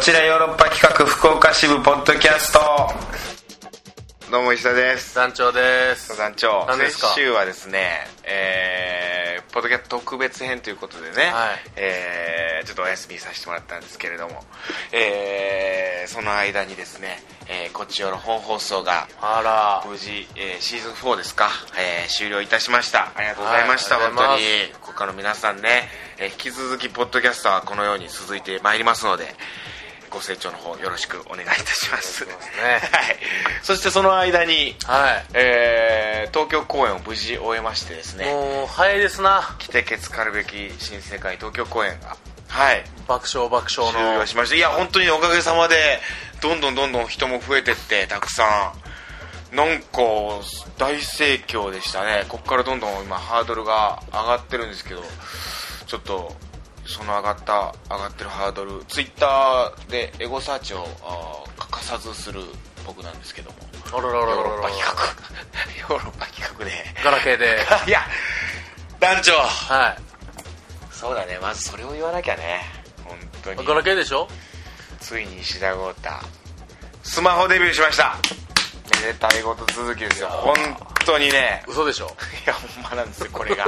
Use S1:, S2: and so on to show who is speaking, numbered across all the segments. S1: ちらヨーロッパ企画福岡支部ポッドキャストどうも石田です
S2: 団長です
S1: 団長
S2: 何ですか
S1: 先週はですねえー、ポッドキャスト特別編ということでね、
S2: はい
S1: えーちょっとお休みさせてもらったんですけれどもえー、その間にですね、えーこっちよの本放送が
S2: あら
S1: 無事、えーシーズン4ですか、えー終了いたしましたありがとうございました、
S2: はいあり
S1: 本
S2: がとうござ
S1: 当
S2: い
S1: に国家の皆さんね、えー引き続きポッドキャストはこのように続いてまいりますのでご清聴の方よろしくお願いいたします
S2: そうです
S1: は
S2: ね
S1: い、そしてその間に、
S2: はい
S1: えー東京公演を無事終えましてですね
S2: もう早いですな
S1: 来てけつかるべき新世界東京公演がはい
S2: 爆笑爆笑
S1: 終了
S2: の
S1: しましたいや本当におかげさまでどんどんどんどん人も増えてってたくさんなんか大盛況でしたねここからどんどん今ハードルが上がってるんですけどちょっとその上がった上がってるハードルツイッターでエゴサーチをあー欠かさずする僕なんですけども
S2: あららら
S1: ヨ
S2: ら
S1: ーロッ
S2: ら
S1: パ企画 ヨーロッパ企画で
S2: ガラケーで
S1: いや団長
S2: は
S1: そうだねまずそれを言わなきゃね本当
S2: い
S1: に
S2: ガラケーでしょ
S1: ついに石田豪太スマホデビューしましためでたいこと続きですよ本当にね
S2: 嘘でしょ
S1: いやほんまなんですよこ れが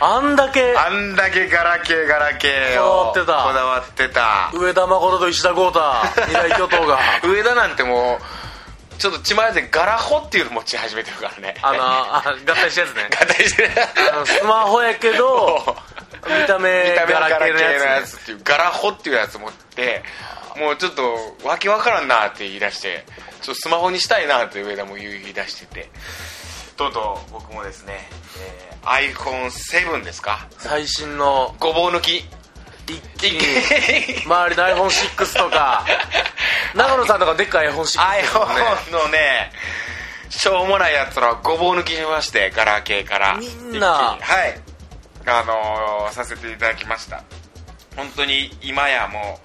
S2: あんだけ
S1: あんだけガラケーガラケーを
S2: こだわってた
S1: こだわってた
S2: 上田誠と石田豪太二大巨頭が
S1: 上田なんてもうちょっとちまでガラホっていうの持ち始めてるからね
S2: あのあ合体した やつね
S1: 形で
S2: あのスマホやけど見た目
S1: 見た目
S2: ガ
S1: はガ
S2: ラ
S1: ラケー
S2: ケーの
S1: の
S2: や
S1: や
S2: つね
S1: つっていうガラホっていうやつ持ってもうちょっとわけわからんなって言い出してちょっとスマホにしたいなって上田も言い出しててとうとう僕もですね、えー、iPhone7 ですか
S2: 最新の
S1: ごぼう抜き
S2: 一 気に周りの iPhone6 とか長野さんとかでっかい iPhone6 ですもんね
S1: iPhone のねしょうもないやつらごぼう抜きしましてガラケーから
S2: みんな
S1: 一気にはいあのーさせていただきました本当に今やも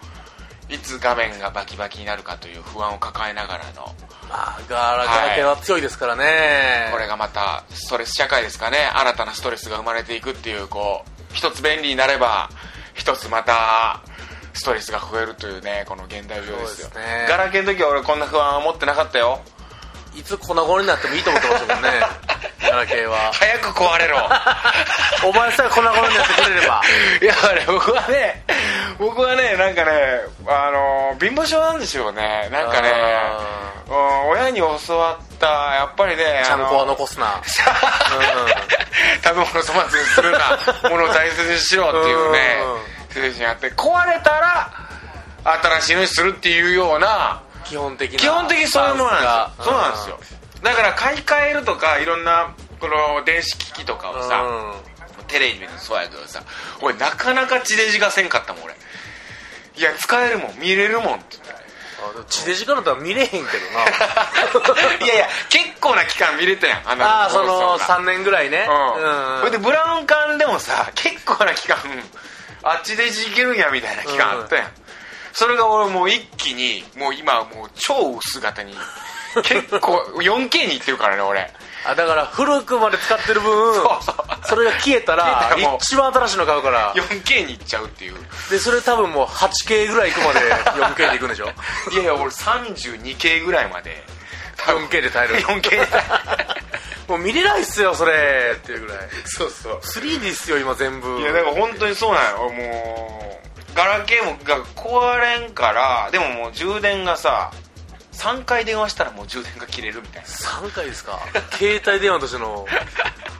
S1: ういつ画面がバキバキになるかという不安を抱えながらの
S2: まあ、ガラガラケーは強いですからね、
S1: これがまたストレス社会ですかね新たなストレスが生まれていくっていうこう一つ便利になれば一つまたストレスが増えるというねこの現代病ですよ
S2: そうですね
S1: ガラケーの時は俺こんな不安は持ってなかったよ
S2: いつ粉々になってもいいと思ってましたもん ねガラケーは
S1: 早く壊れろ
S2: お前さえ粉々になってくれれ ば
S1: いやあれ僕はね僕はねなんかねあの貧乏症なんですよねなんかね
S2: あ
S1: うん親に教わったやっぱりね
S2: ちゃんこは
S1: あの
S2: 残すな
S1: 食べ物粗末にする なものを大切にしろっていうね精神あって壊れたら新しいのにするっていうような
S2: 基本的な
S1: 基本的にそういうものなんですよそうなんですよだから買い替えるとかいろんなこの電子機器とかをさ、
S2: うん
S1: テレビもそうやけどさ俺なかなか地デジがせんかったもん俺いや使えるもん見れるもん って言って
S2: あでも地デジからだったら見れへんけど
S1: いやいや結構な期間見れたやんあん
S2: な ああそ
S1: 放
S2: の
S1: 送が
S2: 3年ぐらいね
S1: うんそれでブラウン管でもさ結構な期間あっちでいけるんやみたいな期間あったやん、それが俺もう一気にもう今もう超薄型に結構 4K にいってるからね俺
S2: あだから古くまで使ってる分
S1: そうそう
S2: それが消えたら
S1: 消えたらもう
S2: 一番新しいの買うから
S1: 4K にいっちゃうっていう
S2: でそれ多分もう 8K ぐらい行くまで 4K で行くんで しょ
S1: いやいや俺 32K ぐらいまで
S2: 4K で耐える
S1: 4K で
S2: もう見れないっすよそれっていうぐらい
S1: そうそう
S2: 3D っすよ今全部
S1: いやだから本当にそうなんよもうガラケーもが壊れんからでももう充電がさ3回電話したらもう充電が切れるみたいな
S2: 3回ですか携帯電話としての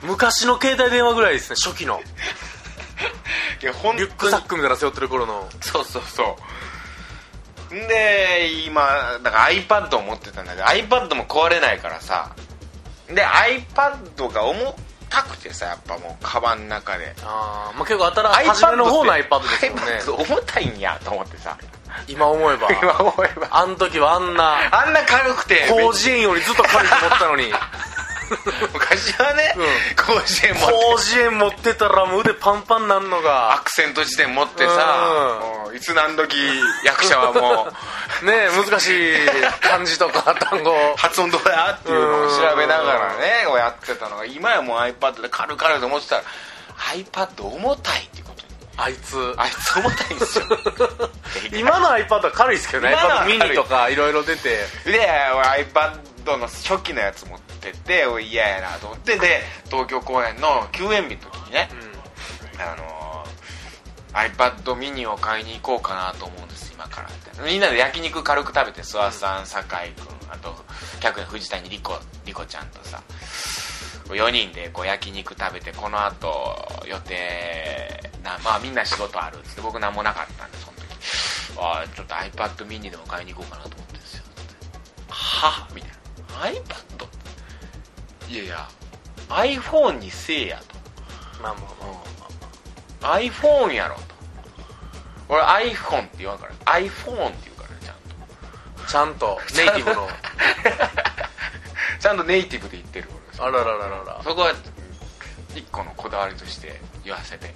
S2: 昔の携帯電話ぐらいですね初期の
S1: いや本当
S2: リ
S1: に
S2: ュックサックみたいなの背負ってる頃の
S1: そうそうそうんで今だから iPad を持ってたんだけど iPad も壊れないからさで iPad が重たくてさやっぱもうカバンの中で
S2: あー、まあ結構新しい初めの方の iPad ですよね
S1: iPad 重たいんやと思ってさ
S2: 今思えば
S1: 今思えば
S2: あの時はあん な
S1: あんな軽くて
S2: 広辞苑よりずっと軽いと思ったのに
S1: 昔はね
S2: うん
S1: 広辞苑持って
S2: 広辞苑持ってたらもう腕パンパンなんの
S1: ア
S2: が
S1: クセント辞典持ってさもういつ何時役者はもう
S2: ねえ難しい漢字とか 単語
S1: 発音どうやっていうのを調べながらねこうやってたのが今やもう iPad で軽々と思ってたら iPad 重たいっていうことに
S2: あいつ
S1: あいつ重たいんですよ
S2: 今の iPad は軽いですけどね
S1: 今のは
S2: iPad
S1: 軽い
S2: mini とかいろいろ出て
S1: で俺 iPad の初期のやつ持ってておい嫌やなと思ってで東京公演の休園日の時にね、あのー iPad ミニを買いに行こうかなと思うんです今からみたいなみんなで焼肉軽く食べて諏訪さん酒井君あと客の藤谷莉子莉子ちゃんとさ4人でこう焼肉食べてこのあと予定な、まあ、みんな仕事あるっつって僕何もなかったんでその時あーちょっと iPad ミニでも買いに行こうかなと思ってるんですよはみたいな iPad? いやいや iPhone にせえやと
S2: まあも
S1: iPhone やろと俺 iPhone って言わんから iPhone って言うからねちゃんと
S2: うちゃんとネイティブの
S1: ちゃんと ネイティブで言ってる俺
S2: あららららら
S1: そこは一個のこだわりとして言わせて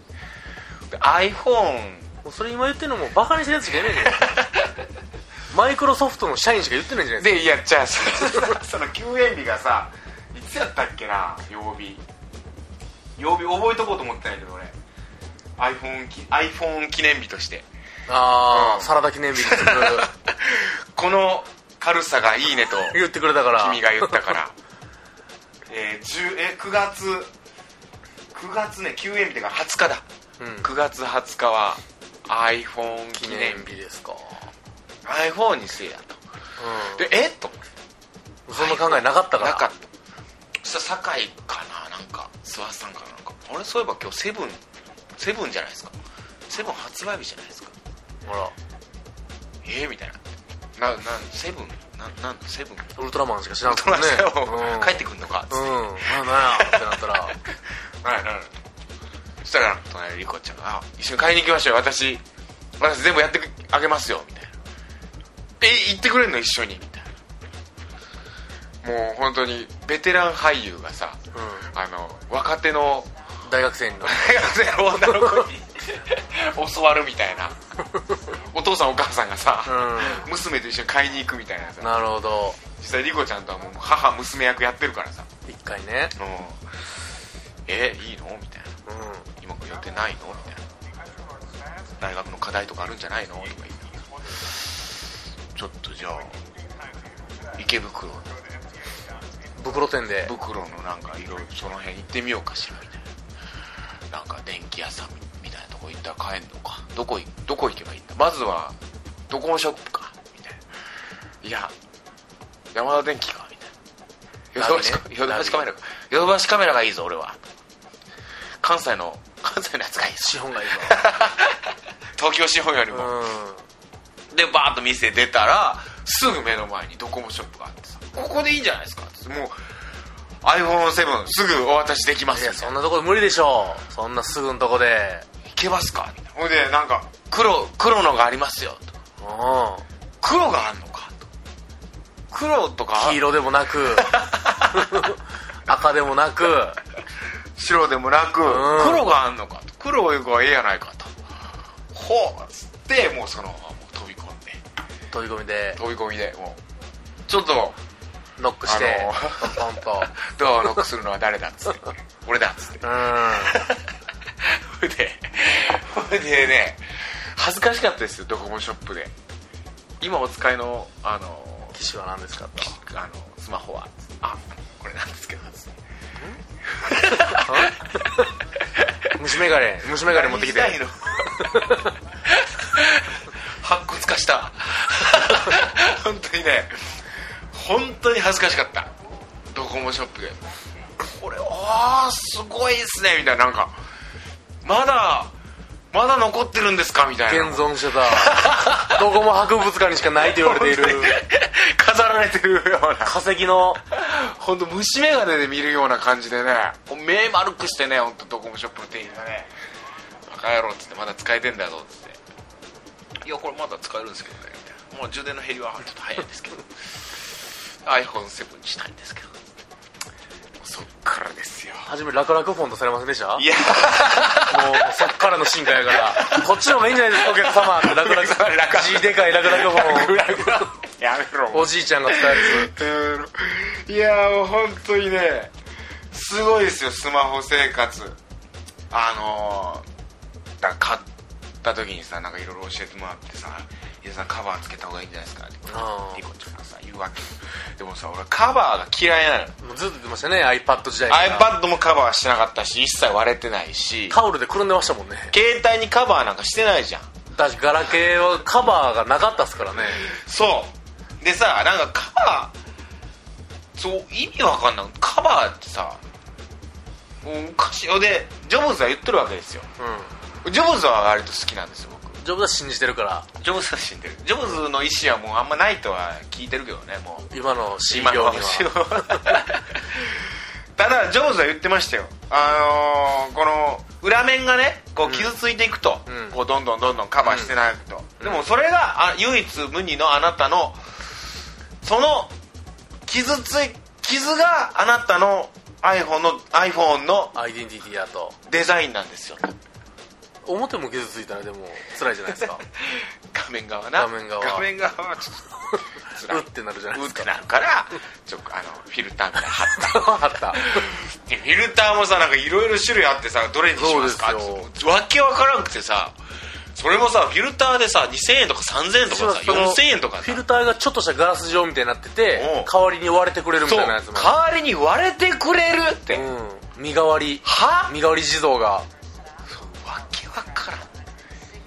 S1: で iPhone
S2: もうそれ今言ってるのもバカにしてるやつしかいないじゃないですか マイクロソフトの社員しか言ってないんじゃないです
S1: でいやじゃあそその休園日がさいつやったっけな曜日曜日覚えとこうと思ってないけど俺 iPhone, き iPhone 記念日として
S2: かあ
S1: うん
S2: あサラダ記念日に
S1: この軽さがいいねと
S2: 言ってくれたから
S1: 君が言ったから えー、10え9月9月ね休園日だから20日だ、
S2: うん
S1: 9月20日は iPhone 記
S2: 記
S1: 念
S2: 念
S1: 日
S2: 日ですか
S1: iPhone にせえやとでえっと思って
S2: うんそんな考えなかったから
S1: なかったそしたら酒井かななんか諏訪さんかなんかあれそういえば今日セブンセブンじゃないですかセブン発売日じゃないですか
S2: ほら
S1: えー、みたいなななんセブンなんなんセブン
S2: ウルトラマンしか知らん
S1: トランス
S2: うん
S1: 帰ってくんのかつ
S2: う
S1: っ
S2: ん
S1: て、
S2: なんやってなったら
S1: はいはいそしたら隣のリコちゃんがあ「一緒に買いに行きましょうよ私私全部やってあげますよ」みたいな「え行ってくれんの一緒に」みたいなもう本当にベテラン俳優がさ、
S2: う
S1: あの若手 の
S2: 大学生になる
S1: 大学生の女の子に教わるみたいなお父さんお母さんがさ、
S2: う
S1: 娘と一緒に買いに行くみたいなさ
S2: なるほど
S1: 実際リコちゃんとはもう母娘役やってるからさ「
S2: 一回ね
S1: うんえいいの?」みたいな
S2: うん
S1: 今予定ないのみたいな大学の課題とかあるんじゃないのとか言ってちょっとじゃあ池袋の
S2: 袋店で
S1: 袋のなんかいろいろその辺行ってみようかしらみたいななんか電気屋さんみたいなとこ行ったら買えんのかどこいどこ行けばいいんだまずはドコモショップかみたいないや山田電機かみたいなヨドバシ
S2: ダメね
S1: ヨドバシカメラかヨドバシカメラがいいぞ俺は関西の関西のやつがいいぞ
S2: 資本がいい
S1: 東京資本より
S2: わ
S1: も、
S2: うん
S1: でバーッと店出たらすぐ目の前にドコモショップがあってさここでいいんじゃないですかってもう iPhone7 すぐお渡しできま
S2: い
S1: す
S2: や
S1: みたい
S2: そ
S1: なん
S2: なとこで無理でしょうそんなすぐのとこで
S1: いけますかみたいなほいでなんか黒黒のがありますよと
S2: うん
S1: 黒があんのかと黒とか
S2: 黄色でもな く赤でもなく
S1: 白でもなく、
S2: ん
S1: 黒があんのかと黒がええやないかとほうっつってもうそのままもう飛び込んで
S2: 飛び込みで
S1: 飛び込みでもうちょっと
S2: ノックして
S1: あの
S2: ポンポンと
S1: ドアをノックするのは誰だっつって俺だっつって
S2: うん
S1: ほい でほいでね恥ずかしかったですよドコモショップで今お使いのあの
S2: 機種は何ですかと
S1: あのスマホはあこれなんですけど
S2: 虫眼鏡虫眼鏡持ってきて
S1: 何したいの 白骨化した 本当にね本当に恥ずかしかったドコモショップでこれああすごいですねみたいななんかまだまだ残ってるんですかみたいな
S2: 現存してたどこも博物館にしかないと言われてい る
S1: 飾られてるような
S2: 化石の
S1: 本当虫眼鏡で見るような感じでね目丸くしてね本当ドコモショップの店員がね「バカ野郎」っつって「まだ使えてんだぞ」っつって「いやこれまだ使えるんですけどね」みたいなもう充電の減りはちょっと早いんですけど iPhone7 にしたいんですけどそっからですよ
S2: 初め楽々フォントされませんでした
S1: いや
S2: もうそっからの進化やからこっちの方がいいんじゃないですかお客様って楽
S1: お客様楽
S2: 々
S1: 々
S2: 字でかい楽々フォン
S1: やめろもう
S2: おじいちゃんが使う や
S1: いやもう本当にねすごいですよスマホ生活あのーだから買った時にさなんかいろいろ教えてもらってさ「伊田さんカバーつけた方がいいんじゃないですか」って
S2: あー
S1: リコちゃんがさ言うわけでもさ俺カバーが嫌いなのよ
S2: もうずっと言ってましたね iPad 時代から
S1: iPad もカバーしてなかったし一切割れてないし
S2: タオルでくるんでましたもんね
S1: 携帯にカバーなんかしてないじゃん
S2: 私ガラケーはカバーがなかったっすからね
S1: そうでさなんかカバーそう意味わかんないカバーってさおかしいほんでジョブズは言ってるわけですよ
S2: う
S1: ジョブズは割と好きなんですよ僕
S2: んジョブズは信じてるから
S1: ジョブズは死んでるジョブズの意思はもうあんまないとは聞いてるけどねもう
S2: 今の C
S1: 今
S2: 業に
S1: の
S2: は
S1: 話をただジョブズは言ってましたよあのーこの裏面がねこう傷ついていくと、
S2: うん
S1: こうどんどんどんどんカバーしてないと、でもそれがあ唯一無二のあなたのその傷つい傷があなたの iPhone の iPhone の
S2: アイデンティティだと
S1: デザインなんですよ
S2: 表も傷ついたらでも辛いじゃないですか
S1: 画面側な
S2: 画面側
S1: 画面側はちょっと辛
S2: う
S1: い
S2: ってなる じゃないうで
S1: っ
S2: す
S1: て
S2: か
S1: なるからちょっとあのフィルターみたいなの貼った
S2: あった
S1: でフィルターもさなんかいろいろ種類あってさどれにしますか
S2: そ
S1: っ
S2: うです
S1: て
S2: よ
S1: わけわからんくてさそれもさフィルターでさ2000円とか3000円とかさ
S2: その
S1: 4000円とか
S2: フ
S1: さ
S2: ィルターがちょっとしたガラス状みたいになってて
S1: うん
S2: 代わりに割れてくれるみ
S1: そう
S2: た
S1: 代
S2: いなやつも
S1: わりに割れてくれるって、わ
S2: うん身代わり
S1: は
S2: 身代わり地蔵が
S1: けわからん
S2: い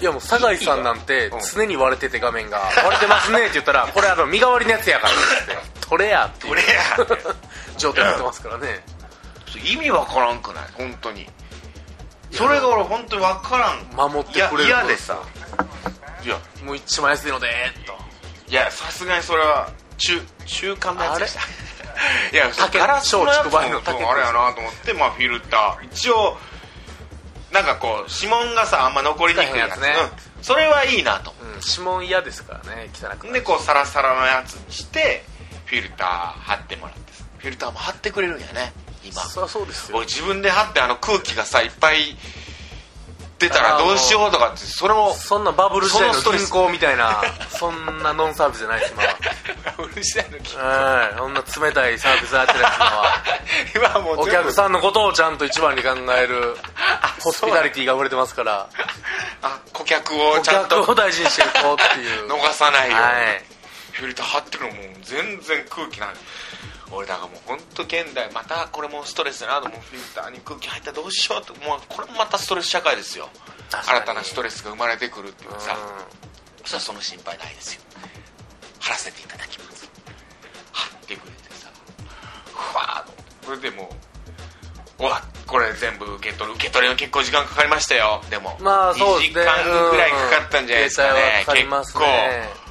S2: やもう酒井さんなんて
S1: うん
S2: 常に割れてて画面が「割れてますね」って言った ら「これあの身代わりのやつやから」って「取れや」っていう
S1: どれやって
S2: 状態になってますからね
S1: 意味わからんくない本当にそれが俺本当にわからん
S2: 守ってくれる
S1: いや嫌でさいや
S2: もう一枚安いのでと
S1: いやさすがにそれは中中間のやつでした いや
S2: 竹
S1: ガラスのやつも
S2: 松竹梅の
S1: そう
S2: 竹
S1: あれやなと思って、まあ、フィルター一応なんかこう指紋がさあんま残りにくいやつ
S2: 使えへんやつね
S1: うんそれはいいなと思
S2: うん指紋嫌ですからね汚く
S1: う
S2: な
S1: で
S2: る
S1: こうサラサラのやつにしてフィルター貼ってもらってさフィルターも貼ってくれるんやね今
S2: そりゃそうですよ
S1: 俺自分で貼ってあの空気がさいっぱい出たらどうしようとかってそれも
S2: そんなバブル時代の
S1: そのストレス
S2: 銀行みたいなそんなノンサービスじゃないです今は
S1: うるさいの
S2: うんそんな冷たいサービスやってるやつ今は
S1: 今はもう
S2: お
S1: 全部
S2: 客さんのことをちゃんと一番に考えるホスピタリティが溢れてますから
S1: あ顧客を
S2: お
S1: ちゃんと
S2: 客を大事にしていこうって いう
S1: 逃さないように、
S2: はい
S1: フィルター貼ってるのもう全然空気ない俺だからもう本当現代またこれもストレスだなともうフィルターに空気入ったらどうしようともうこれもまたストレス社会ですよ
S2: 確かに
S1: 新たなストレスが生まれてくるっていう
S2: う
S1: か
S2: ん
S1: さそしたらその心配ないですよ貼らせていただきます貼ってくれてさふわーっとこれでもううわこれ全部受け取る受け取りは結構時間かかりましたよでも
S2: まあそうですね
S1: 2時間ぐらいかかったんじゃないですかね
S2: うん携帯はかかりますね
S1: 結構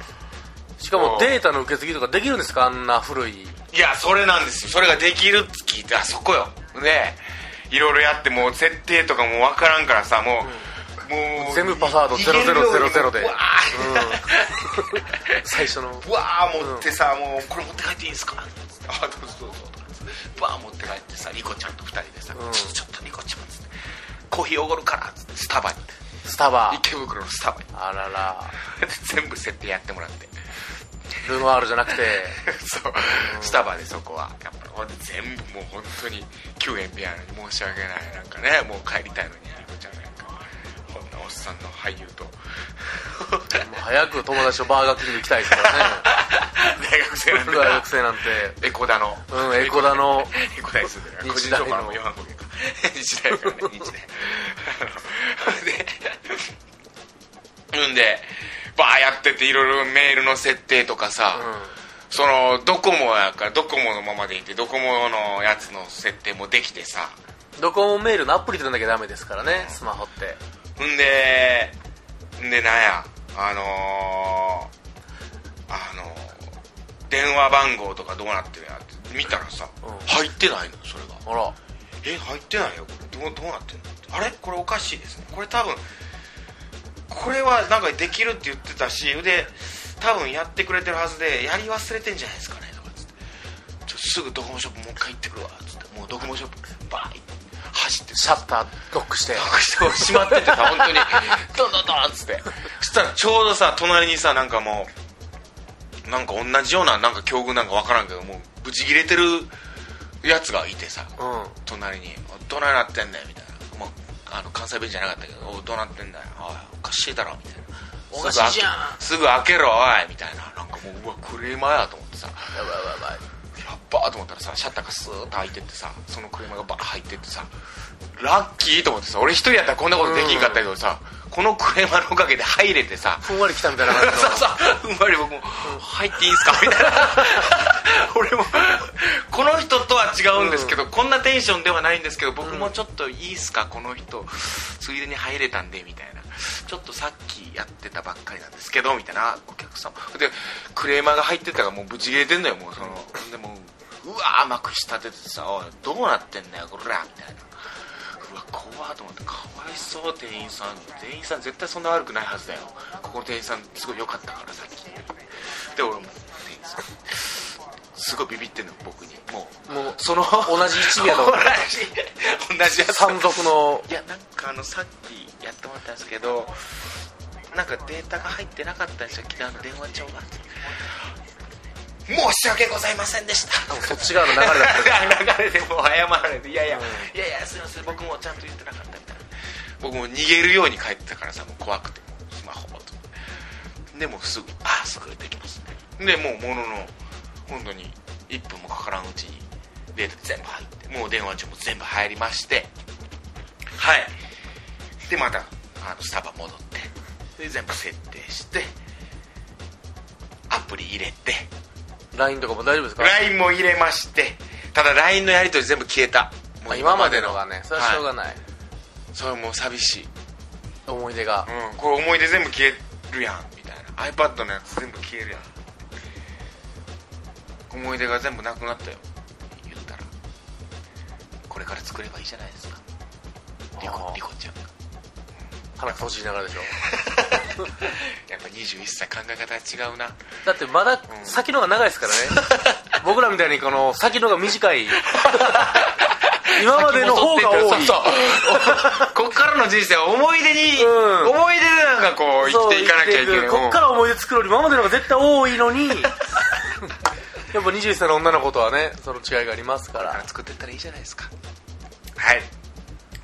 S2: しかもデータの受け継ぎとかできるんですかあんな古い
S1: いやそれなんですよそれができるって聞いてあそこよねいろいろやってもう設定とかもわからんからさもう、もう
S2: 全部パスワード
S1: 逃げるように
S2: 0000で
S1: うわ
S2: 最 初の
S1: ーうわー持ってさ、もうこれ持って帰っていいんですかあどうぞどうぞとかっつってうわー持って帰ってさリコちゃんと二人でさ、
S2: うん
S1: ちょっとちょっとリコちゃんっつってコーヒーおごるからっつってスタバに
S2: スタバ
S1: 池袋のスタバに
S2: あらら
S1: 全部設定やってもらって
S2: ルノワールじゃなくて
S1: そう、スタバでそこはやっぱほんで全部もう本当に9円ピアノに申し訳ないなんかねもう帰りたいのにリコちゃんなんかこんなおっさんの俳優と
S2: もう早く友達とバーガーキング行きたいですからね
S1: 大学生なんで
S2: 大学生なんて
S1: エコダの
S2: うんエコダの
S1: エコダに住んでるから個
S2: 日
S1: 人
S2: 大
S1: 情
S2: の
S1: 報のヨハンコゲか日大からね日 大でうんでバーやってていろいろメールの設定とかさ、
S2: う
S1: そのドコモやからドコモのままでいてドコモのやつの設定もできてさ
S2: んドコモメールのアプリでなきゃダメですからねスマホって
S1: ほんでんでなんやあのー、あのー電話番号とかどうなってるやって見たらさ、
S2: うん
S1: 入ってないのそれが
S2: あら
S1: え入ってないよこれどうどうなってんのあれこれおかしいですねこれ多分これはなんかできるって言ってたしで多分やってくれてるはずでやり忘れてんじゃないですかねとかつってちょすぐドコモショップもう一回行ってくるわつってもうドコモショップバーイ走って
S2: シャッターロッ クして
S1: 隠してしまっててさ本 当にドンドンドンっつってそしたらちょうどさ隣にさなんかもうなんか同じようななんか境遇なんかわからんけどもうブチ切れてるやつがいてさ
S2: うん
S1: 隣に「おどないなってんねん」みたいな、まあ、あの関西弁じゃなかったけど「おいどうなってんだよおいおかしいだろ」みたいな「
S2: おかしいじゃん
S1: すぐ開けすぐ開けろおい」みたいななんかもううわクレーマーやと思ってさ
S2: やばいやばいやばい
S1: やっばーと思ったらさシャッターがスーッと開いてってさその車がバーッ入ってってさラッキーと思ってさ俺一人やったらこんなことできんかったけどさ、この車のおかげで入れてさ
S2: ふんわり来たみたいな
S1: そ
S2: 感
S1: う
S2: じの
S1: そううんまり僕も「入っていいんすか?」みたいな俺もこの人とは違うんですけど、こんなテンションではないんですけど僕もちょっと「いいっすかこの人ついでに入れたんで」みたいな「ちょっとさっきやってたばっかりなんですけど」みたいなお客様でクレーマーが入ってたからもうブチ切れてんのよもうそのでもううわーまくし立ててさ「おいどうなってんだよこら」みたいなうわ怖っと思ってかわいそう店員さん店員さん絶対そんな悪くないはずだよここの店員さんすごい良かったからさっきで俺も店員さんすごいビビってんの僕にもう
S2: もう
S1: その
S2: 同じ一味やと
S1: 同
S2: 思って
S1: じ同じやつ
S2: 山賊の
S1: いやなんかあのさっきやってもらったんですけどなんかデータが入ってなかったんですよ昨日あの電話帳が申し訳ございませんでした
S2: そっち側の流れだった
S1: 流れでもう謝られていやいや、
S2: うん
S1: いやいやすいません僕もちゃんと言ってなかったみたいな僕も逃げるように帰ってたからさもう怖くてもうスマホとでもうすぐあすぐできますねでもうものの本当に1分もかからんうちにデータ全部入ってもう電話帳も全部入りましてはいでまたあのスタバ戻ってで全部設定してアプリ入れて
S2: LINE とかも大丈夫ですか
S1: LINE も入れましてただ LINE のやり取り全部消えたも
S2: まあ
S1: う
S2: 今までのがねそれはしょう
S1: は
S2: がない、
S1: いそれもう寂しい、
S2: 思い出が
S1: うん、これ思い出全部消えるやんみたいな iPad のやつ全部消えるやん思い出が全部なくなったよ言ったらこれから作ればいいじゃないですかリ
S2: あ
S1: コ
S2: ー
S1: リコちゃん が
S2: 腹閉じながらでしょ
S1: やっぱ21歳考え方は違うな
S2: だってまだ
S1: ん
S2: 先のが長いですからね僕らみたいにこの先のが短 い今までの方が多い
S1: そうそ うこっからの人生は思い出に、
S2: うん
S1: 思い出でなんかこう生きていかなきゃいけ
S2: そう生き
S1: な
S2: て
S1: い
S2: いくこっから思い出作るより今までのが絶対多い のにやっぱ21歳の女の子とはねその違いがありますか
S1: だからら作ってったらいいじゃないですかはい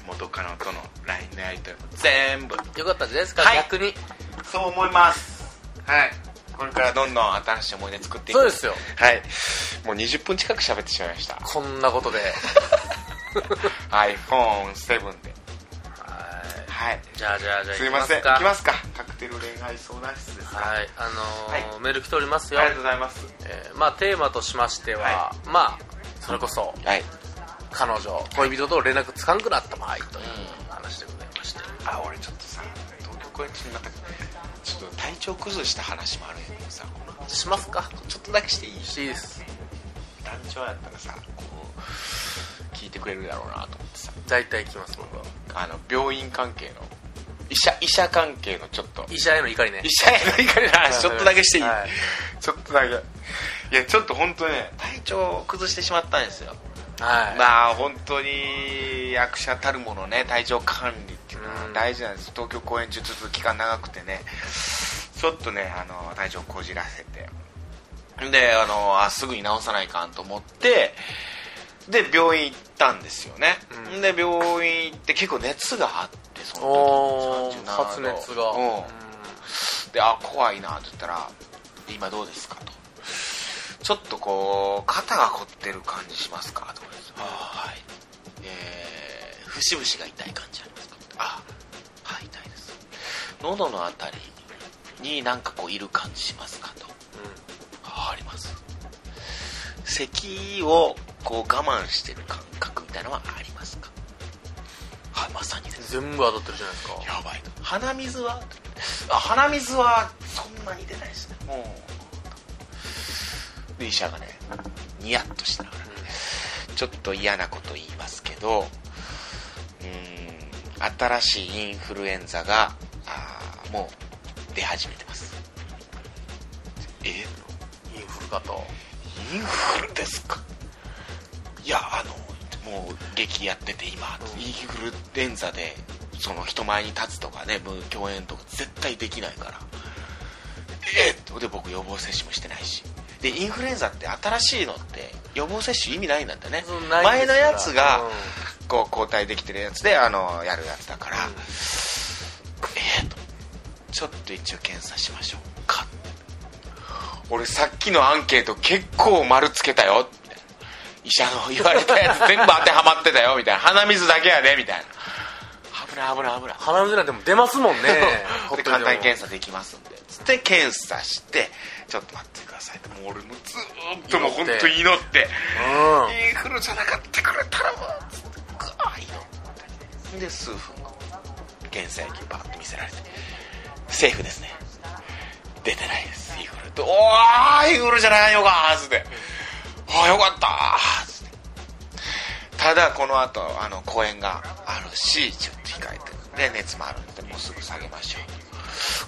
S1: 元カノとの LINE のやり取りも全部
S2: よかったんじゃないですか、
S1: はい
S2: 逆に
S1: そう思いますはいこれからどんどん新しい思い出作っていく
S2: そうですよ
S1: はいもう20分近く喋ってしまいました
S2: こんなこ とで
S1: iPhone7 で
S2: はい
S1: はい
S2: じゃあじゃあじゃあ
S1: すいません
S2: 行きま
S1: 行
S2: す
S1: き
S2: か
S1: ますかカクテル恋愛相談室ですあ
S2: はいあのーメール来ております
S1: り
S2: よ、
S1: がとうございます
S2: えーまあテーマとしましては、
S1: は
S2: まあそれこそ
S1: はい
S2: 彼女恋人と連絡つかんくなった場合という話でございまして、
S1: あ俺ちょっとさ東京公演中にまたちょっと体調崩した話もあるんやけどさこの話
S2: しますか
S1: ちょっとだけしていい
S2: していいです
S1: 団長やったらさこう聞いてくれるだろうなと思ってさ
S2: 大体行きます僕は
S1: あの病院関係の医者医者関係のちょっと
S2: 医者への怒りね
S1: 医者への怒りの話ちょっとだけしていい、
S2: はい
S1: ちょっとだけいやちょっと本当ね体調を崩してしまったんですよ
S2: はい、
S1: まあ本当に役者たるものね体調管理っていうのは
S2: うん
S1: 大事なんです東京公演中ずっと期間長くてねちょっとねあの体調こじらせてであのあすぐに治さないかんと思ってで病院行ったんですよね、
S2: うん
S1: で病院行って結構熱があってその
S2: おー
S1: 時37度
S2: 発熱が、
S1: うん
S2: うん
S1: であ怖いなって言ったら「今どうですか?」と「ちょっとこう肩が凝ってる感じしますか?」とかです「あはい」えー「節々が痛い感じありますか?」あはい痛いです」「喉のあたりになんかこういる感じしますか?」と「ああります」「咳をこう我慢してる感覚みたいなのはありますか?」はいまさにです
S2: 全部当たってるじゃないですか
S1: やばいと鼻水はあ鼻水はそんなに出ないですねもうで医者がねニヤッとしながらちょっと嫌なこと言いますけどうーん新しいインフルエンザがあーもう出始めてますえ
S2: うんインフルかと
S1: インフルですかいやあのもう劇やってて今
S2: うん
S1: インフルエンザでその人前に立つとかねもう共演とか絶対できないからえっとで僕予防接種もしてないしでインフルエンザって新しいのって予防接種意味ないんだってね
S2: そうないですから
S1: 前のやつが
S2: うん
S1: こう交代できてるやつであのやるやつだから、えーとちょっと一応検査しましょうか俺さっきのアンケート結構丸つけたよみたいな医者の言われたやつ全部当てはまってたよみたいな鼻水だけやでみたいな危ない危ない危ない
S2: 鼻水なんてもう出ますも んね
S1: で
S2: でも
S1: 簡単に検査できますんでつって検査してちょっと待ってくださいもう俺もずーっともう本当に祈って
S2: うん
S1: インフルじゃなかったから頼むっつってぐわー祈ってで数分後検査液バーッと見せられてセーフですね出てないですインフルとおーインフルじゃないのかーっつってあーよかったーっつってただこの後あの公演があるしちょっと控えてるんで熱もあるんでもうすぐ下げましょ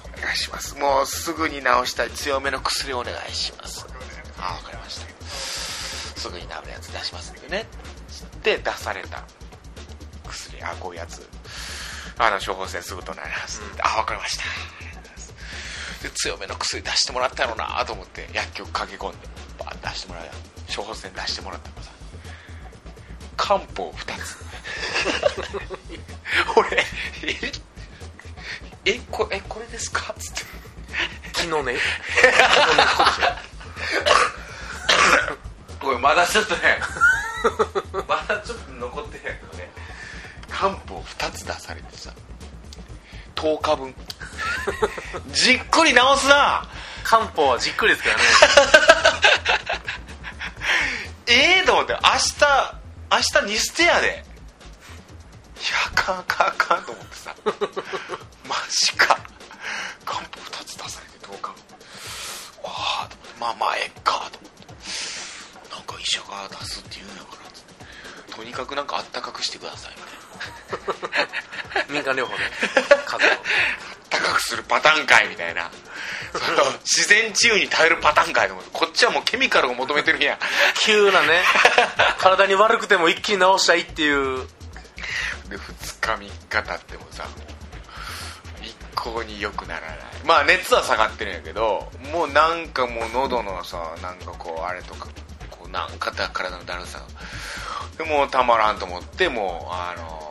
S1: うお願いしますもうすぐに治したい強めの薬をお願いしますあーわかりましたすぐに治るやつ出しますんでねで出された薬あこういうやつあの処方箋すぐとなります、あ分かりましたありがとうございますで強めの薬出してもらったやろうなと思って薬局駆け込んでバーッ出してもらうやん処方箋出してもらったからさ漢方2つ俺ええこえこれですかっつって
S2: 昨日ね
S1: おいまだちょっとねまだちょっと残ってへんけどね漢方2つ出されてさ10日分じっくり治すな
S2: 漢方はじっくりですからね
S1: ええと思って明日明日ニステやでいやあかんあかんあかんと思ってさマジか漢方2つ出されて10日分ああと思ってまあまあええかと思ってなんか医者が出すって言うんやからつってとにかくなんかあったかくしてくださいみたいな
S2: 民間 療法ね風邪を
S1: 高くするパターンかいみたいなその自然治癒に耐えるパターンかいと思ってこっちはもうケミカルを求めてるんや
S2: 急なね体に悪くても一気に治したいっていう
S1: で2日3日経ってもさ一向に良くならないまあ熱は下がってるんやけどもうなんかもう喉のさなんかこうあれとかこうなんかだ体のだるさがでもうたまらんと思ってもうあのー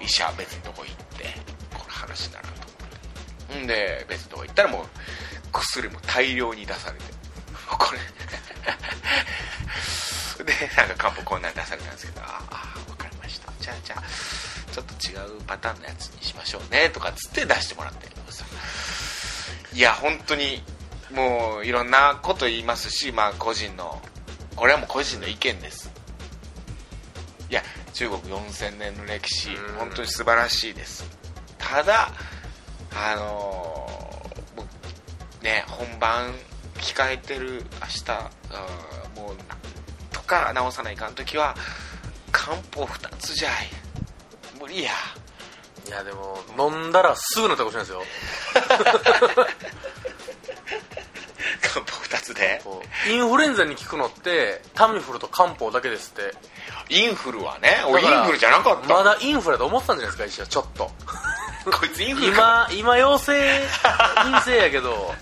S1: 医者別のとこ行ってこの話にならんと思ってんで別のとこ行ったらもう薬も大量に出されて これでなんか漢方こんなん出されたんですけどああ分かりましたじゃあじゃあちょっと違うパターンのやつにしましょうねとかっつって出してもらったんやけどさいや本当にもういろんなこと言いますしまあ個人のこれはもう個人の意見ですいや中国4000年の歴史
S2: うん
S1: 本当に素晴らしいですただあのー僕ね本番控えてる明日うんもうとか直さないかん時は漢方2つじゃい無理や
S2: いやでも飲んだらすぐなったかもしれないですよ
S1: 漢方2つで
S2: こうインフルエンザに効くのってタミフルと漢方だけですって
S1: インフルはね俺イ
S2: だから
S1: ンフルじゃなかった、
S2: まだインフルだと思ってたんじゃないですか医者ちょっ と
S1: こいつインフルか
S2: 今今陽性陰性や けど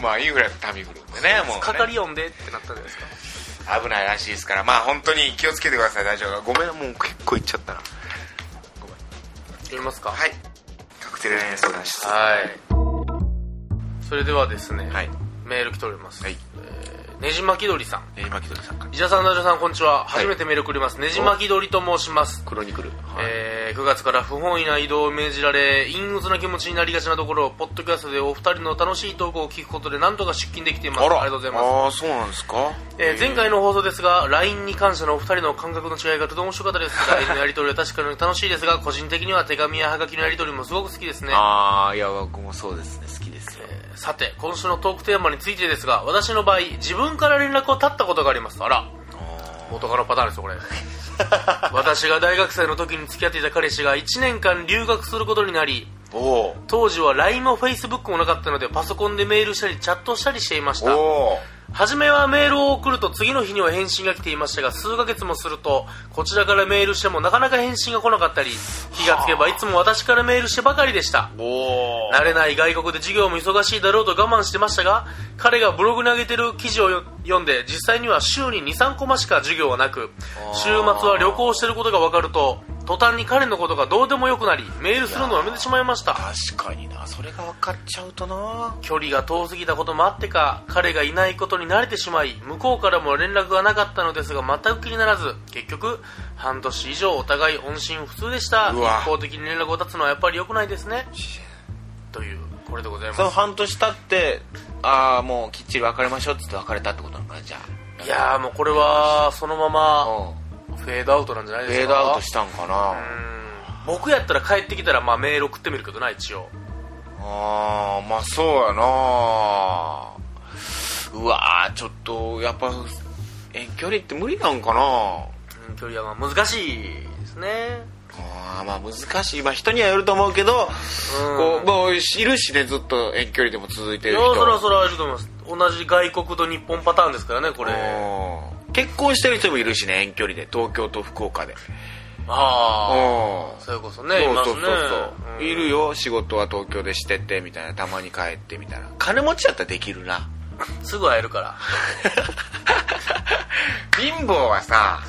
S1: まあインフルやったらタミフルでねもうね
S2: かかり読んでってなったんじゃないですか
S1: 危ないらしいですからまあ本当に気をつけてください大丈夫ごめんもう結構いっちゃったな
S2: 読みますか
S1: はいカクテル恋愛相談室
S2: はいそれではですね、
S1: はい
S2: メール来ております、
S1: はい
S2: えーねじ巻き鳥さん
S1: えー今木鳥さんから
S2: 伊田さん、ナジョさん、こんにち
S1: は
S2: は。
S1: い
S2: 初めてメールくれます。ねじ巻き鳥と申します。
S1: クロニクルはい、
S2: えー9月から不本意な移動を命じられ陰鬱な気持ちになりがちなところをポッドキャストでお二人の楽しいトークを聞くことで何とか出勤できていますありがとうございます、
S1: ああそうなんですか
S2: えー前回の放送ですが LINE に関してのお二人の感覚の違いがとても面白かったです LINE のやり取りは確かに楽しいですが個人的には手紙やハガキのやり取りもすごく好きですね
S1: ああいや僕もそうですね好きですよ
S2: えーさて今週のトークテーマについてですが私の場合自分から連絡を絶ったことがありますあら元カノパターンですよこれ私が大学生の時に付き合っていた彼氏が1年間留学することになり
S1: お
S2: 当時は LINE も Facebook もなかったのでパソコンでメールしたりチャットしたりしていまし
S1: お
S2: た
S1: おお
S2: 初めはメールを送ると次の日には返信が来ていましたが数ヶ月もするとこちらからメールしてもなかなか返信が来なかったり気がつけばいつも私からメールしてばかりでした
S1: お
S2: 慣れない外国で授業も忙しいだろうと我慢してましたが彼がブログに上げてる記事をよ読んで実際には週に23コマしか授業はなく
S1: あー
S2: 週末は旅行してることが分かると途端に彼のことがどうでもよくなりメールするのをやめてしまいました
S1: 確かになそれが分かっちゃうとな
S2: 距離が遠すぎたこともあってか彼がいないことに慣れてしまい向こうからも連絡がなかったのですが全く気にならず結局半年以上お互い音信不通でした
S1: う
S2: 一
S1: わ
S2: 方的に連絡を絶つのはやっぱり良くないですねというこれでございます
S1: その半年経ってああもうきっちり別れましょうっつって別れたってことなのかなじゃあ
S2: いやーもうこれはそのまま
S1: う
S2: フェードアウトなんじゃない
S1: ん
S2: で
S1: フ
S2: すか
S1: ェードアウトしたんかな
S2: うん僕やったら帰ってきたらまあメール送ってみるけどな一応
S1: あーまあそうやなうわーちょっとやっぱ遠距離って無理なんかな
S2: うん距離はまあ難しいですね
S1: あーまあ難しい、まあ、人にはよると思うけど、こ
S2: う
S1: うんもういるしねずっと遠距離でも続いて
S2: い
S1: る
S2: や
S1: 人
S2: そらそらあると思います同じ外国と日本パターンですからねこれあ
S1: うん結婚してる人もいるしね遠距離で東京と福岡で
S2: あ
S1: うん
S2: それこそ
S1: そう
S2: ねいます
S1: そ
S2: ね
S1: うそうそう、
S2: うん
S1: いるよ仕事は東京でしてってみたいなたまに帰ってみたいな金持ちだったらできる な
S2: すぐ会える から
S1: 貧乏はさ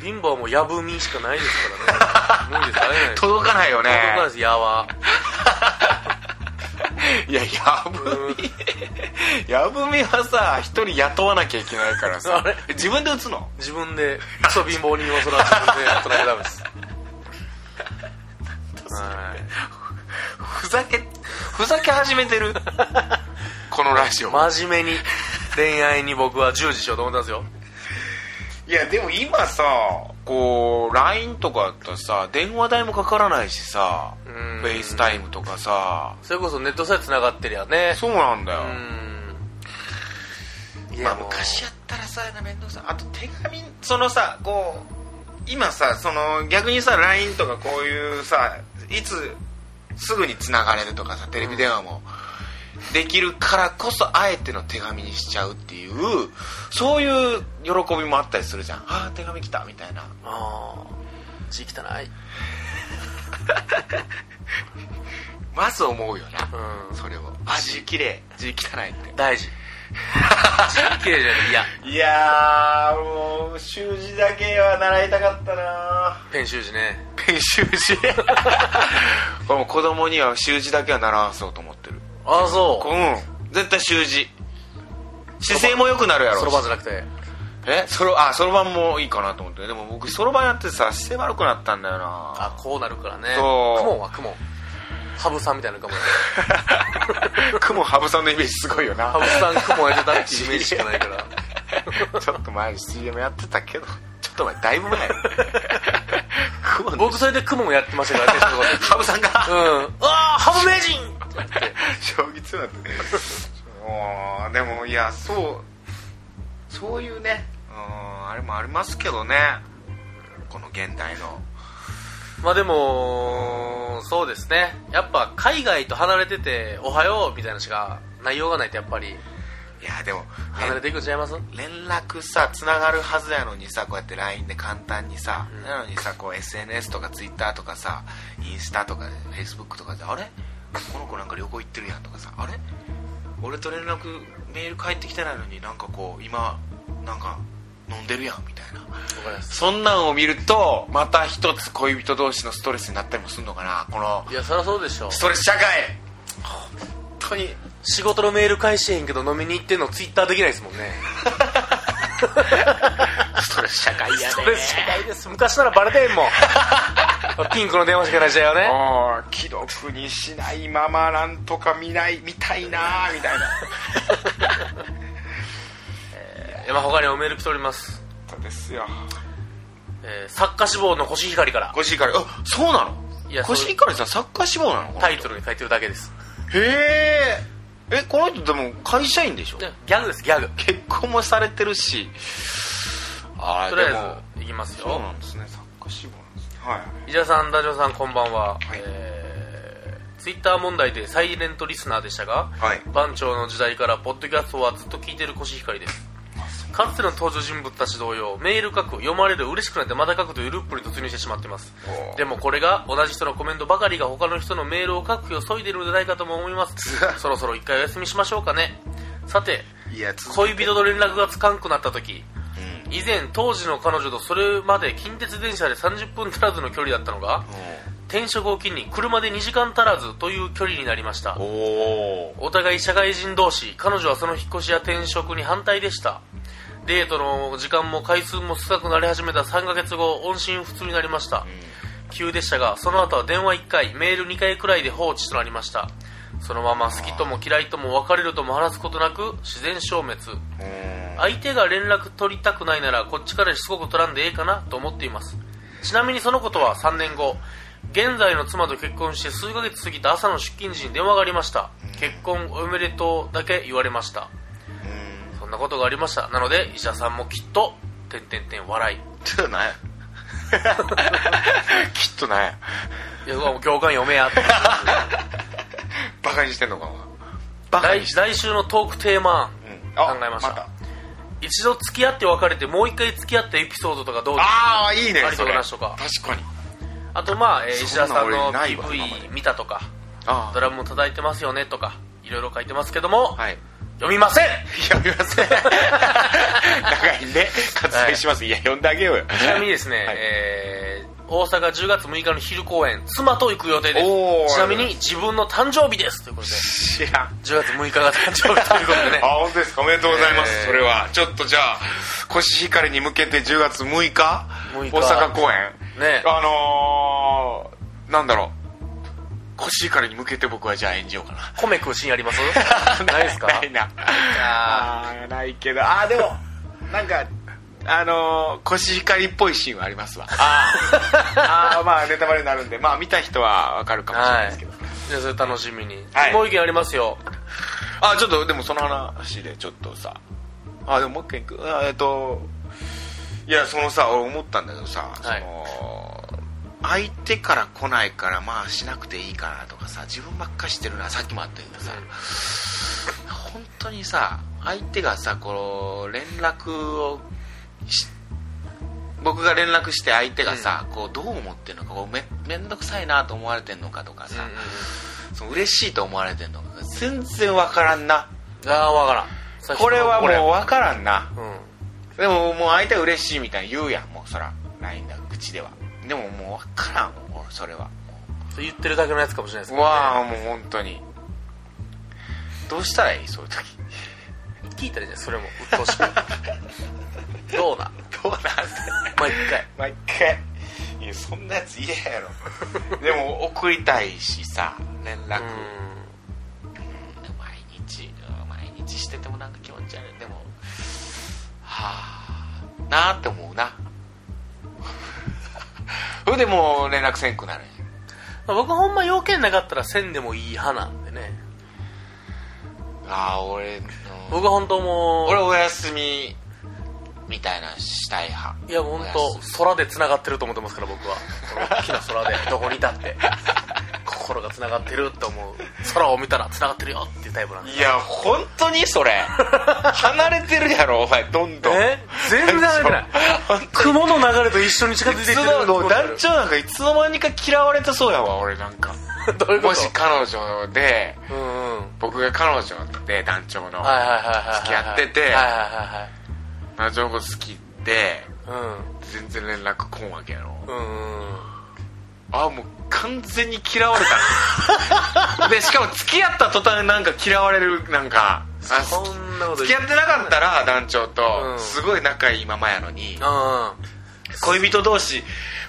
S2: 貧乏はもうやぶみしかないですから ね無理です会えないです
S1: 届かないよね
S2: 届かないですやわ
S1: いややぶみやぶみはさ一人雇わなきゃいけないからさ
S2: あれ
S1: 自分で打つの
S2: 自分でクソ貧乏人をそら自分でやっとなきゃダメですはい
S1: ふざけふざけ始めて るこのラジオ
S2: 真面目に恋愛に僕は従事しようと思ったんですよ
S1: いやでも今さこう LINE とかだったらさ電話代もかからないしさフ
S2: ん
S1: ェイスタイムとかさ
S2: それこそネットさえ繋がってりゃね
S1: そうなんだよ、
S2: うんい
S1: ま
S2: や
S1: あ、
S2: もう
S1: 昔やったらさ面倒くさいあと手紙そのさこう今さその逆にさ LINE とかこういうさいつすぐにつながれるとかさテレビ電話もできるからこそあえての手紙にしちゃうっていうそういう喜びもあったりするじゃんああ手紙来たみたいな
S2: あー字汚い
S1: まず思うよな、
S2: うん
S1: それをあ字綺麗字汚いって
S2: 大事字綺麗じゃないいや
S1: いやーもう習字だけは習いたかったな
S2: 編集時ね
S1: ペン習字これもう子供には習字だけは習わそうと思ってる
S2: ああそう
S1: うん絶対習字姿勢も良くなるやろ
S2: そろばんじゃなくて
S1: えそろあそろばんもいいかなと思ってでも僕そろばんやってさ姿勢悪くなったんだよ な
S2: あこうなるからね
S1: そう
S2: 雲は雲羽生さんみたいなのかも
S1: 雲羽生さんのイメージすごいよな
S2: 羽生さん雲やってたっていうイメージしかないから
S1: ちょっと前に CM やってたけどちょっと前だいぶ 前雲の
S2: 僕それで雲もやって ましたからね それこそ
S1: 羽生さんが
S2: うん。ああ、ハブ名人
S1: 将棋強なってもうでもいやそうそういうねうんあれもありますけどねこの現代の
S2: まあでも、そうですね。やっぱ海外と離れてて、おはようみたいなしか内容がないとやっぱり
S1: いやでも、ね
S2: 離れていくんちゃいますうん。
S1: 連絡さつながるはずやのにさこうやって LINE で簡単にさ、
S2: うん
S1: なのにさこう SNS とか Twitter とかさインスタとか Facebook とかであれこの子なんか旅行行ってるやんとかさあれ俺と連絡メール返ってきてないのになんかこう今なんか飲んでるやんみたいなそんなんを見るとまた一つ恋人同士のストレスになったりもするのかなこの
S2: いや、そりゃそうでしょ。
S1: ストレス社会
S2: 本当に。仕事のメール返してへんけど飲みに行ってんのツイッターできないですもんね。
S1: ストレス社会やね
S2: ストレス社会です。昔ならバレてへん もん。ピンクの電話しかない時代はね。
S1: あー既読にしないままなんとか見ない見たいなーみたいな
S2: いやまあ他にもメール来ております。
S1: そうですよ
S2: えー作家志望のコシヒカリから。
S1: コシヒカリあそうなの
S2: いや
S1: コシヒカリさん作家志望なの
S2: タイトルに書いてるだけです。
S1: へええこの人でも会社員でしょ
S2: ギャグです、ギャグ。
S1: 結婚もされてるしあ
S2: と
S1: あ
S2: り
S1: で
S2: あ
S1: も
S2: えず、いきますよ。
S1: そうなんですね作家志望なんですねはい
S2: 伊沢さん、ダジョウさん、こんばんは。
S1: はい
S2: えーツイッター問題でサイレントリスナーでしたが、
S1: はい
S2: 番長の時代からポッドキャストはずっと聞いてるコシヒカリですかつての登場人物たち同様メール書く読まれる嬉しくなってまた書くというループに突入してしまっています
S1: おー
S2: でもこれが同じ人のコメントばかりが他の人のメールを書くよそいでいるのではないかとも思います そろそろ一回お休みしましょうかねさて
S1: いやつ
S2: 恋人と連絡がつかんくなった時
S1: うん
S2: 以前当時の彼女とそれまで近鉄電車で30分足らずの距離だったのが転職を機に車で2時間足らずという距離になりました
S1: おお
S2: お互い社会人同士彼女はその引っ越しや転職に反対でしたデートの時間も回数も少なくなり始めた3ヶ月後音信不通になりました急でしたがその後は電話1回メール2回くらいで放置となりましたそのまま好きとも嫌いとも別れるとも話すことなく自然消滅
S1: うん
S2: 相手が連絡取りたくないならこっちからしつこく取らんでええかなと思っていますちなみにそのことは3年後現在の妻と結婚して数ヶ月過ぎた朝の出勤時に電話がありました結婚おめでとうだけ言われました
S1: うん
S2: そんなことがありましたなので医者さんもきっとてんてんてん笑い
S1: ちょっと なんやきっとなんや
S2: いやうわもう行間 読めやって
S1: バカにしてんのかなバカに
S2: 来
S1: して
S2: 来週のトークテーマ案
S1: うん
S2: 考
S1: あ
S2: えました
S1: た
S2: 一度付き合って別れてもう一回付き合ったエピソードとかどうですか
S1: ああいいね
S2: ありそ
S1: そうれ
S2: な
S1: 確
S2: 人か
S1: かに
S2: あとまあ、えー石
S1: そ
S2: 田
S1: ん
S2: さ
S1: なん俺
S2: の
S1: ないわ今まで
S2: PV 見たとか
S1: あ
S2: ドラムも叩いてますよねとかいろいろ書いてますけども、
S1: あはい
S2: 読みません
S1: 読みません長いね割愛しますいや呼んであげようよ
S2: ちなみにですね、
S1: はい
S2: えー大阪10月6日の昼公演妻と行く予定で
S1: おー
S2: すちなみに自分の誕生日ですということで
S1: 知らん
S2: 10月6日が誕生日ということでね
S1: あ本当ですかおめでとうございます、
S2: えー
S1: それはちょっとじゃあコシヒカリに向けて10月6日
S2: 6日
S1: 大阪公演
S2: ね
S1: あのー、なんだろうコシヒカリに向けて僕はじゃあ演じようかな
S2: 米食うシーンありますないですか
S1: ないなあーないけどあーでもなんかあのー、コシヒカリっぽいシーンはありますわあー あーまあネタバレになるんでまあ見た人はわかるかもしれない
S2: は
S1: で
S2: い
S1: すけど、
S2: じゃあそれ楽しみに、
S1: はい
S2: もう意見ありますよ
S1: あちょっとでもその話でちょっとさあでももう一回行くあえっといやそのさ俺思ったんだけどさ、
S2: はい
S1: その相手から来ないからまあしなくていいかなとかさ自分ばっかしてるなさっきもあったけどさ、本当にさ相手がさこの連絡をし僕が連絡して相手がさ、こうどう思ってるのかこうめめんどくさいなと思われてるのかとか
S2: うん
S1: さ、その嬉しいと思われてるのか全然わからんな
S2: ああわからん最初の
S1: これはもう
S2: これ
S1: 分からんな
S2: うん
S1: でももう相手は嬉しいみたいに言うやんもうそら LINE だ口ではでももう分からんもうそれは
S2: そう言ってるだけのやつかもしれないですけ
S1: う
S2: どね
S1: わあもう本当にどうしたらいいそういう時
S2: 聞いたらいいじゃんそれもうっとうし くどうだ
S1: どうなんて
S2: 毎回
S1: 毎回いやそんなやつ嫌やろでも送りたいしさ連絡
S2: うん
S1: でも毎日うん毎日しててもなんか気持ち悪いでもはあなあって思うな それでもう連絡せんくなるんや
S2: まあ僕ほんま要件なかったら線でもいい派なんでね
S1: ああ俺の
S2: 僕は本当もう
S1: 俺お休みみたいなしたい派
S2: いやもう本
S1: お休
S2: 当空で繋がってると思ってますから僕はこの大きな空 でどこにいたって心が繋がってるって思う空を見たら繋がってるよっていうタイプなんで
S1: みいや本当にそれ 離れてるやろお前どんどん
S2: え全然離れて ない雲の流れと一緒に近づい
S1: い
S2: てい
S1: つ
S2: って
S1: の
S2: る
S1: もう団長なんかいつの間にか嫌われてそうやわ俺なんか
S2: どういうこ
S1: も
S2: と
S1: し彼女で
S2: うんうんはい
S1: 僕が彼女で団長の
S2: はいはいはい
S1: 付き合ってて
S2: はいはい
S1: ナジョコ好きで
S2: はいはい
S1: 全然連絡来んわけやろ
S2: うんうんうん
S1: あもう完全に嫌われ たでしかも付き合った途端なんか嫌われるなんかあ
S2: そんなこと
S1: 付き合ってなかったら団長
S2: うん
S1: とすごい仲いいままやのに
S2: うん
S1: 恋人同士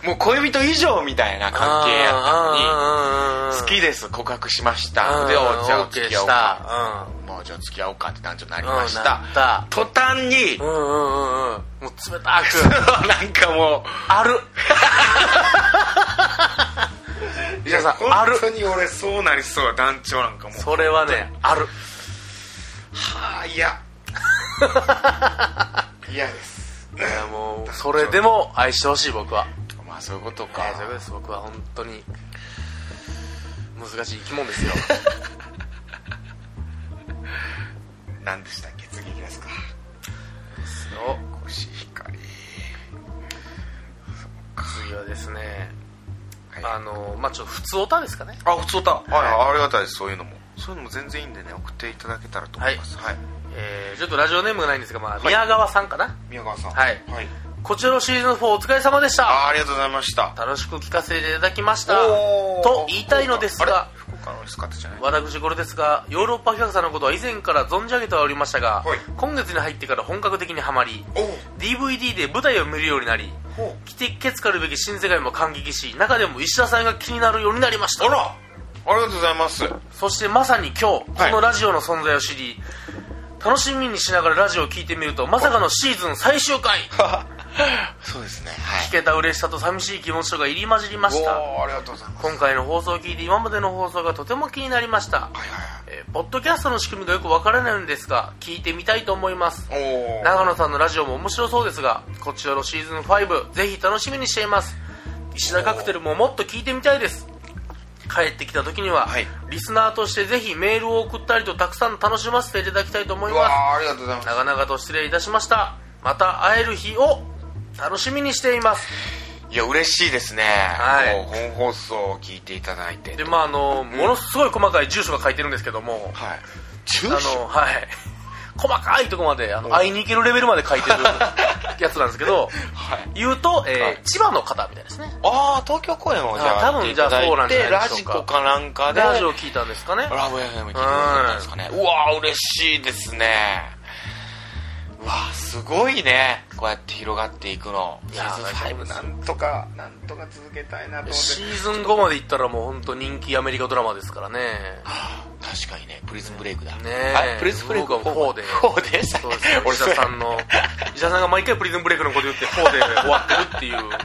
S1: もう恋人以上みたいな関係やったのに
S2: の
S1: 好きです告白しまし
S2: う
S1: た
S2: ん
S1: でおじゃ
S2: オ
S1: あ
S2: ッケー
S1: 付き合おう
S2: し
S1: か
S2: た
S1: もうじゃあ付き合おうかって団長にな
S2: う
S1: り
S2: ん
S1: ました
S2: うんなった
S1: 途端に
S2: うんうんうんうんもう冷た く
S1: なんかもう
S2: ある
S1: いやさ
S2: いや
S1: ある本当に俺そうなりそう団長なんかもう
S2: それはねある
S1: はあい や嫌です
S2: いやもうそれでも愛してほしい僕は
S1: まあそういうことか
S2: 大丈夫です僕は本当に難しい生き物ですよ
S1: 何でしたっけ次いきますかコシヒカリ
S2: 次はですね、
S1: はい
S2: あのまあちょっと普通オタですかね
S1: あ普通歌はい、ありがたいですそういうのもそういうのも全然いいんでね送っていただけたらと思いますはい、
S2: えー、ちょっとラジオネームがないんですが、まあ、
S1: い
S2: 宮川さんかな、
S1: 宮川さん
S2: はいこちらのシーズン4お疲れ様でし
S1: あー
S2: た
S1: ありがとうございました
S2: 楽しく聞かせていただきました
S1: おー
S2: と言いたいのですが
S1: あれ福岡の使ったじゃない
S2: 私これですがヨーロッパ企画さんのことは以前から存じ上げてはおりましたが、
S1: はい
S2: 今月に入ってから本格的にはまり
S1: お
S2: DVD で舞台を見るようになり
S1: おほ
S2: 来てけつかるべき新世界も感激し中でも石田さんが気になるようになりました
S1: あらありがとうございます
S2: そしてまさに今日こ
S1: はい
S2: のラジオの存在を知り、楽しみにしながらラジオを聞いてみるとまさかのシーズン最終回
S1: そうですねはい
S2: 聞けた嬉しさと寂しい気持ちとが入り混じりま
S1: お
S2: した
S1: おーありがとうございます
S2: 今回の放送を聞いて今までの放送がとても気になりました、
S1: はい
S2: えーポッドキャストの仕組みがよくわからないのですが聞いてみたいと思います
S1: はいはいおお
S2: 長野さんのラジオも面白そうですがこちらのシーズン5ぜひ楽しみにしています石田カクテルももっと聞いてみたいです帰ってきた時には、
S1: はい
S2: リスナーとしてぜひメールを送ったりとたくさん楽しませていただきたいと思いうま
S1: わ
S2: す
S1: ーありがとうございます
S2: 長々と失礼いたしましたまた会える日を楽しみにしています
S1: いや嬉しいですね、
S2: はい
S1: もう本放送を聞いていただいて
S2: でまああのものすごい細かい住所が書いてるんですけども、
S1: はい中
S2: あのはい細かいとこまであの会いに行けるレベルまで書いてる やつなんですけど
S1: はい
S2: 言うと、えー
S1: はい
S2: 千葉の方みたいですね
S1: ああ東京公演をじゃあ
S2: あー多分じゃあそうなんじゃないでしょうか
S1: ラジコかなんかで
S2: ラジオ聞いたんですかね
S1: ラブ FM 聞いてくださったんですかねうわー嬉しいですねうわーすごいねこうやって広がっていくの
S2: い
S1: シ
S2: やー
S1: ーズン5なんとかなんとか続けたいなと思って
S2: シーズン5まで行ったらもう本当人気アメリカドラマですからね
S1: はあ確かにねプリズンブレイクだ
S2: ね
S1: あプリズンブレイク
S2: 僕はもう4で
S1: 4でした
S2: そうですお医者さん の医者さんが毎回プリズンブレイクのこと言って4で終わってる っていう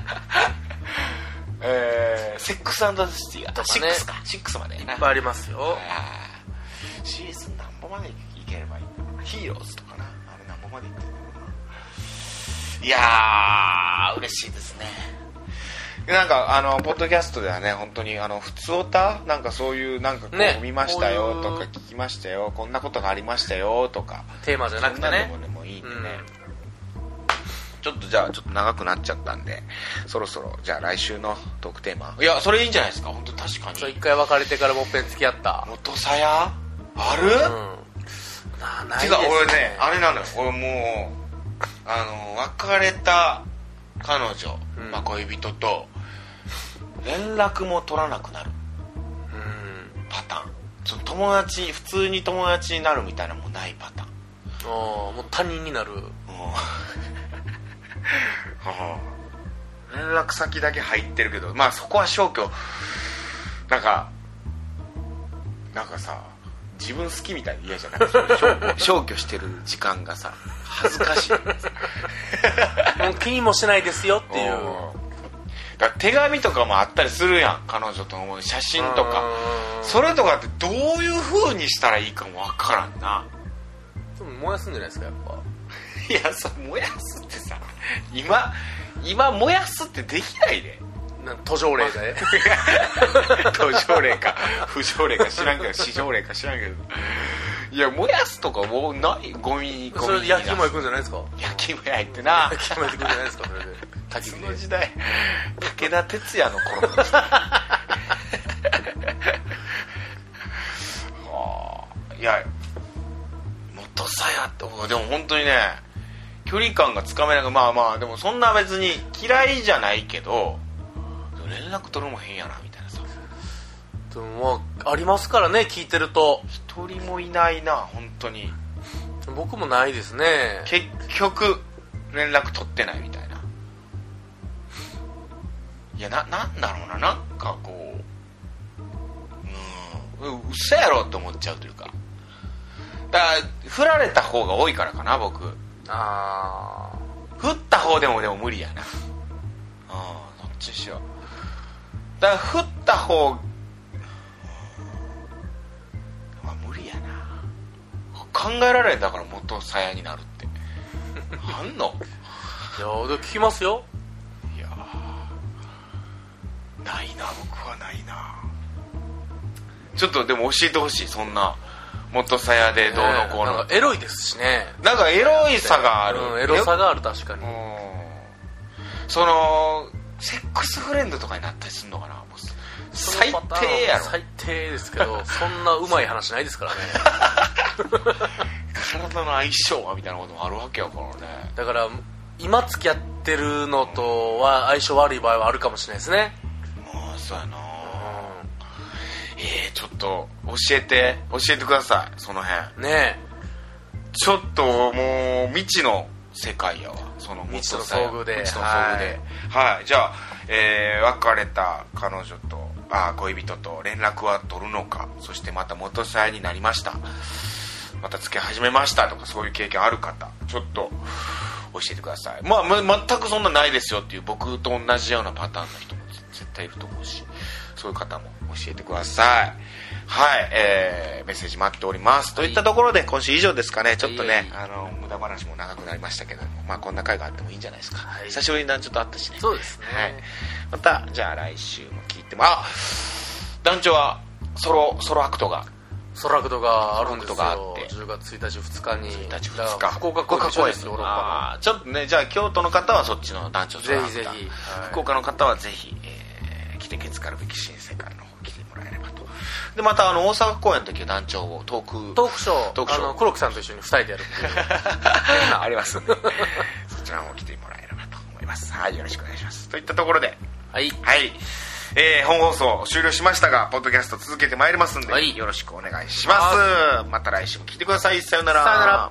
S1: えー、セックスザ・シティが
S2: とか
S1: シッ
S2: ね
S1: クスかシックスまで
S2: い
S1: な
S2: っぱいありますよ
S1: あーシーズン何本までいければいいのヒーローズとかなあれ何本までいってんのかないやー嬉しいですねなんかあのポッドキャストではね本当にあの普通オタなんかそういうなんかこう、
S2: ね
S1: 見ましたよと
S2: こう
S1: か
S2: いう
S1: 聞きましたよこんなことがありましたよとか
S2: テーマじゃなくて
S1: そんなの
S2: ね
S1: もでもいいんでね、
S2: うん
S1: ちょっとじゃあちょっと長くなっちゃったんでそろそろじゃあ来週のトークテーマいやそれいいんじゃないですか本当確かに
S2: ちょ一回別れてからもっぺん付き合った
S1: 元さやある、
S2: うんなない
S1: 違
S2: で
S1: う
S2: すね
S1: 俺ねあれなのよ俺もうあの別れた彼女、
S2: うん
S1: まあ、恋人と連絡も取らなくなる
S2: うん
S1: パターンその友達普通に友達になるみたいなのもないパターン
S2: あーもう他人になる
S1: うん 連絡先だけ入ってるけどまあそこは消去なんかなんかさ自分好きみたいで嫌じゃない消去消去してる時間がさ恥ずかしい
S2: もう気にもしないですよ っていう
S1: うんだから手紙とかもあったりするやん彼女と思う写真とか
S2: うん
S1: それとかってどういう風にしたらいいかもわからんな
S2: でも燃やすんじゃないですかやっぱ
S1: いやそれ燃やすってさ今今燃やすってできないで
S2: なんか途上例で
S1: 途上例か不条例か知らんけど市条例か知らんけどいや燃やすとかもうないゴミ ゴミ
S2: それで焼き芋
S1: も
S2: 行くんじゃないですか
S1: 焼き芋やって な
S2: 焼き芋行くんじゃないですかそれで焚き
S1: そ
S2: 火
S1: の
S2: で
S1: 時代武田鉄矢の頃の時代はあいや元さやってでも本当にね距離感がつかめなくまあまあでもそんな別に嫌いじゃないけどでも連絡取るも変やなみたいなさ
S2: でもまあありますからね聞いてると
S1: 一人もいないな本当に
S2: 僕もないですね
S1: 結局連絡取ってないみたいないやななんだろうななんかこううんう嘘やろって思っちゃうというかだから振られた方が多いからかな僕
S2: ああ
S1: 振った方でもでも無理やなああどっちにしようだから振った方うんまあ無理やな考えられんだから元さやになるって あんの
S2: いやでも聞きますよ
S1: いやーないな僕はないなちょっとでも教えてほしいそんな元さやでどうのこうの、
S2: なんかエロいですしね
S1: なんかエロいさがある、
S2: うん、エロさがある確かに
S1: うんそのセックスフレンドとかになったりするのかなもう最
S2: そのパターン
S1: 低やろ
S2: 最低ですけどそんなうまい話ないですからね
S1: 体の相性はみたいなこともあるわけやからね
S2: だから今付き合ってるのとは相性悪い場合はあるかもしれないですね
S1: ああそうやな
S2: う
S1: えー、ちょっと教えて教えてくださいその辺
S2: んね
S1: ちょっともう未知の世界やわその
S2: 未知の
S1: 元さや
S2: 遭遇で
S1: 未知の遭遇ではい、じゃあ、えー別れた彼女とあー恋人と連絡は取るのかそしてまた元さやになりましたまた付き始めましたとかそういう経験ある方ちょっと教えてくださいまあ、ま全くそんなないですよっていう僕と同じようなパターンの人も絶対いると思うしそういう方も教えてくださいはい、えーメッセージ待っております、といったところで今週以上ですかねちょっとね、
S2: はい
S1: あの無駄話も長くなりましたけどもまあこんな回があってもいいんじゃないですか、
S2: はい
S1: 久しぶりに団長と会ったしね
S2: そうですね
S1: はい、またじゃあ来週も聞いてもあ団長はソロソロアクトが
S2: ソラクドがあるんですよ
S1: ソラクドがあって
S2: 10月1日2日に
S1: 1日
S2: だ
S1: 2
S2: か
S1: 日
S2: ら福岡公演一緒ですヨーロッパ
S1: あーちょっとねじゃあ京都の方はそっちの団長
S2: の
S1: ソロア
S2: ぜ
S1: クト
S2: ひぜひはい
S1: 福岡の方はぜひ、えー来て見つかるべき新世界の方来てもらえればとでまたあの大阪公演の時は団長をトーク
S2: トークショー
S1: トークショー
S2: あの黒木さんと一緒に2人でや るっていう
S1: ありますんで そちらも来てもらえればと思いますはいよろしくお願いしますといったところで
S2: はい
S1: はい、えー本放送終了しましたがポッドキャスト続けてまいりますんで、
S2: はい
S1: よろしくお願いしますまた来週も聞いてくださいさよなら
S2: さよなら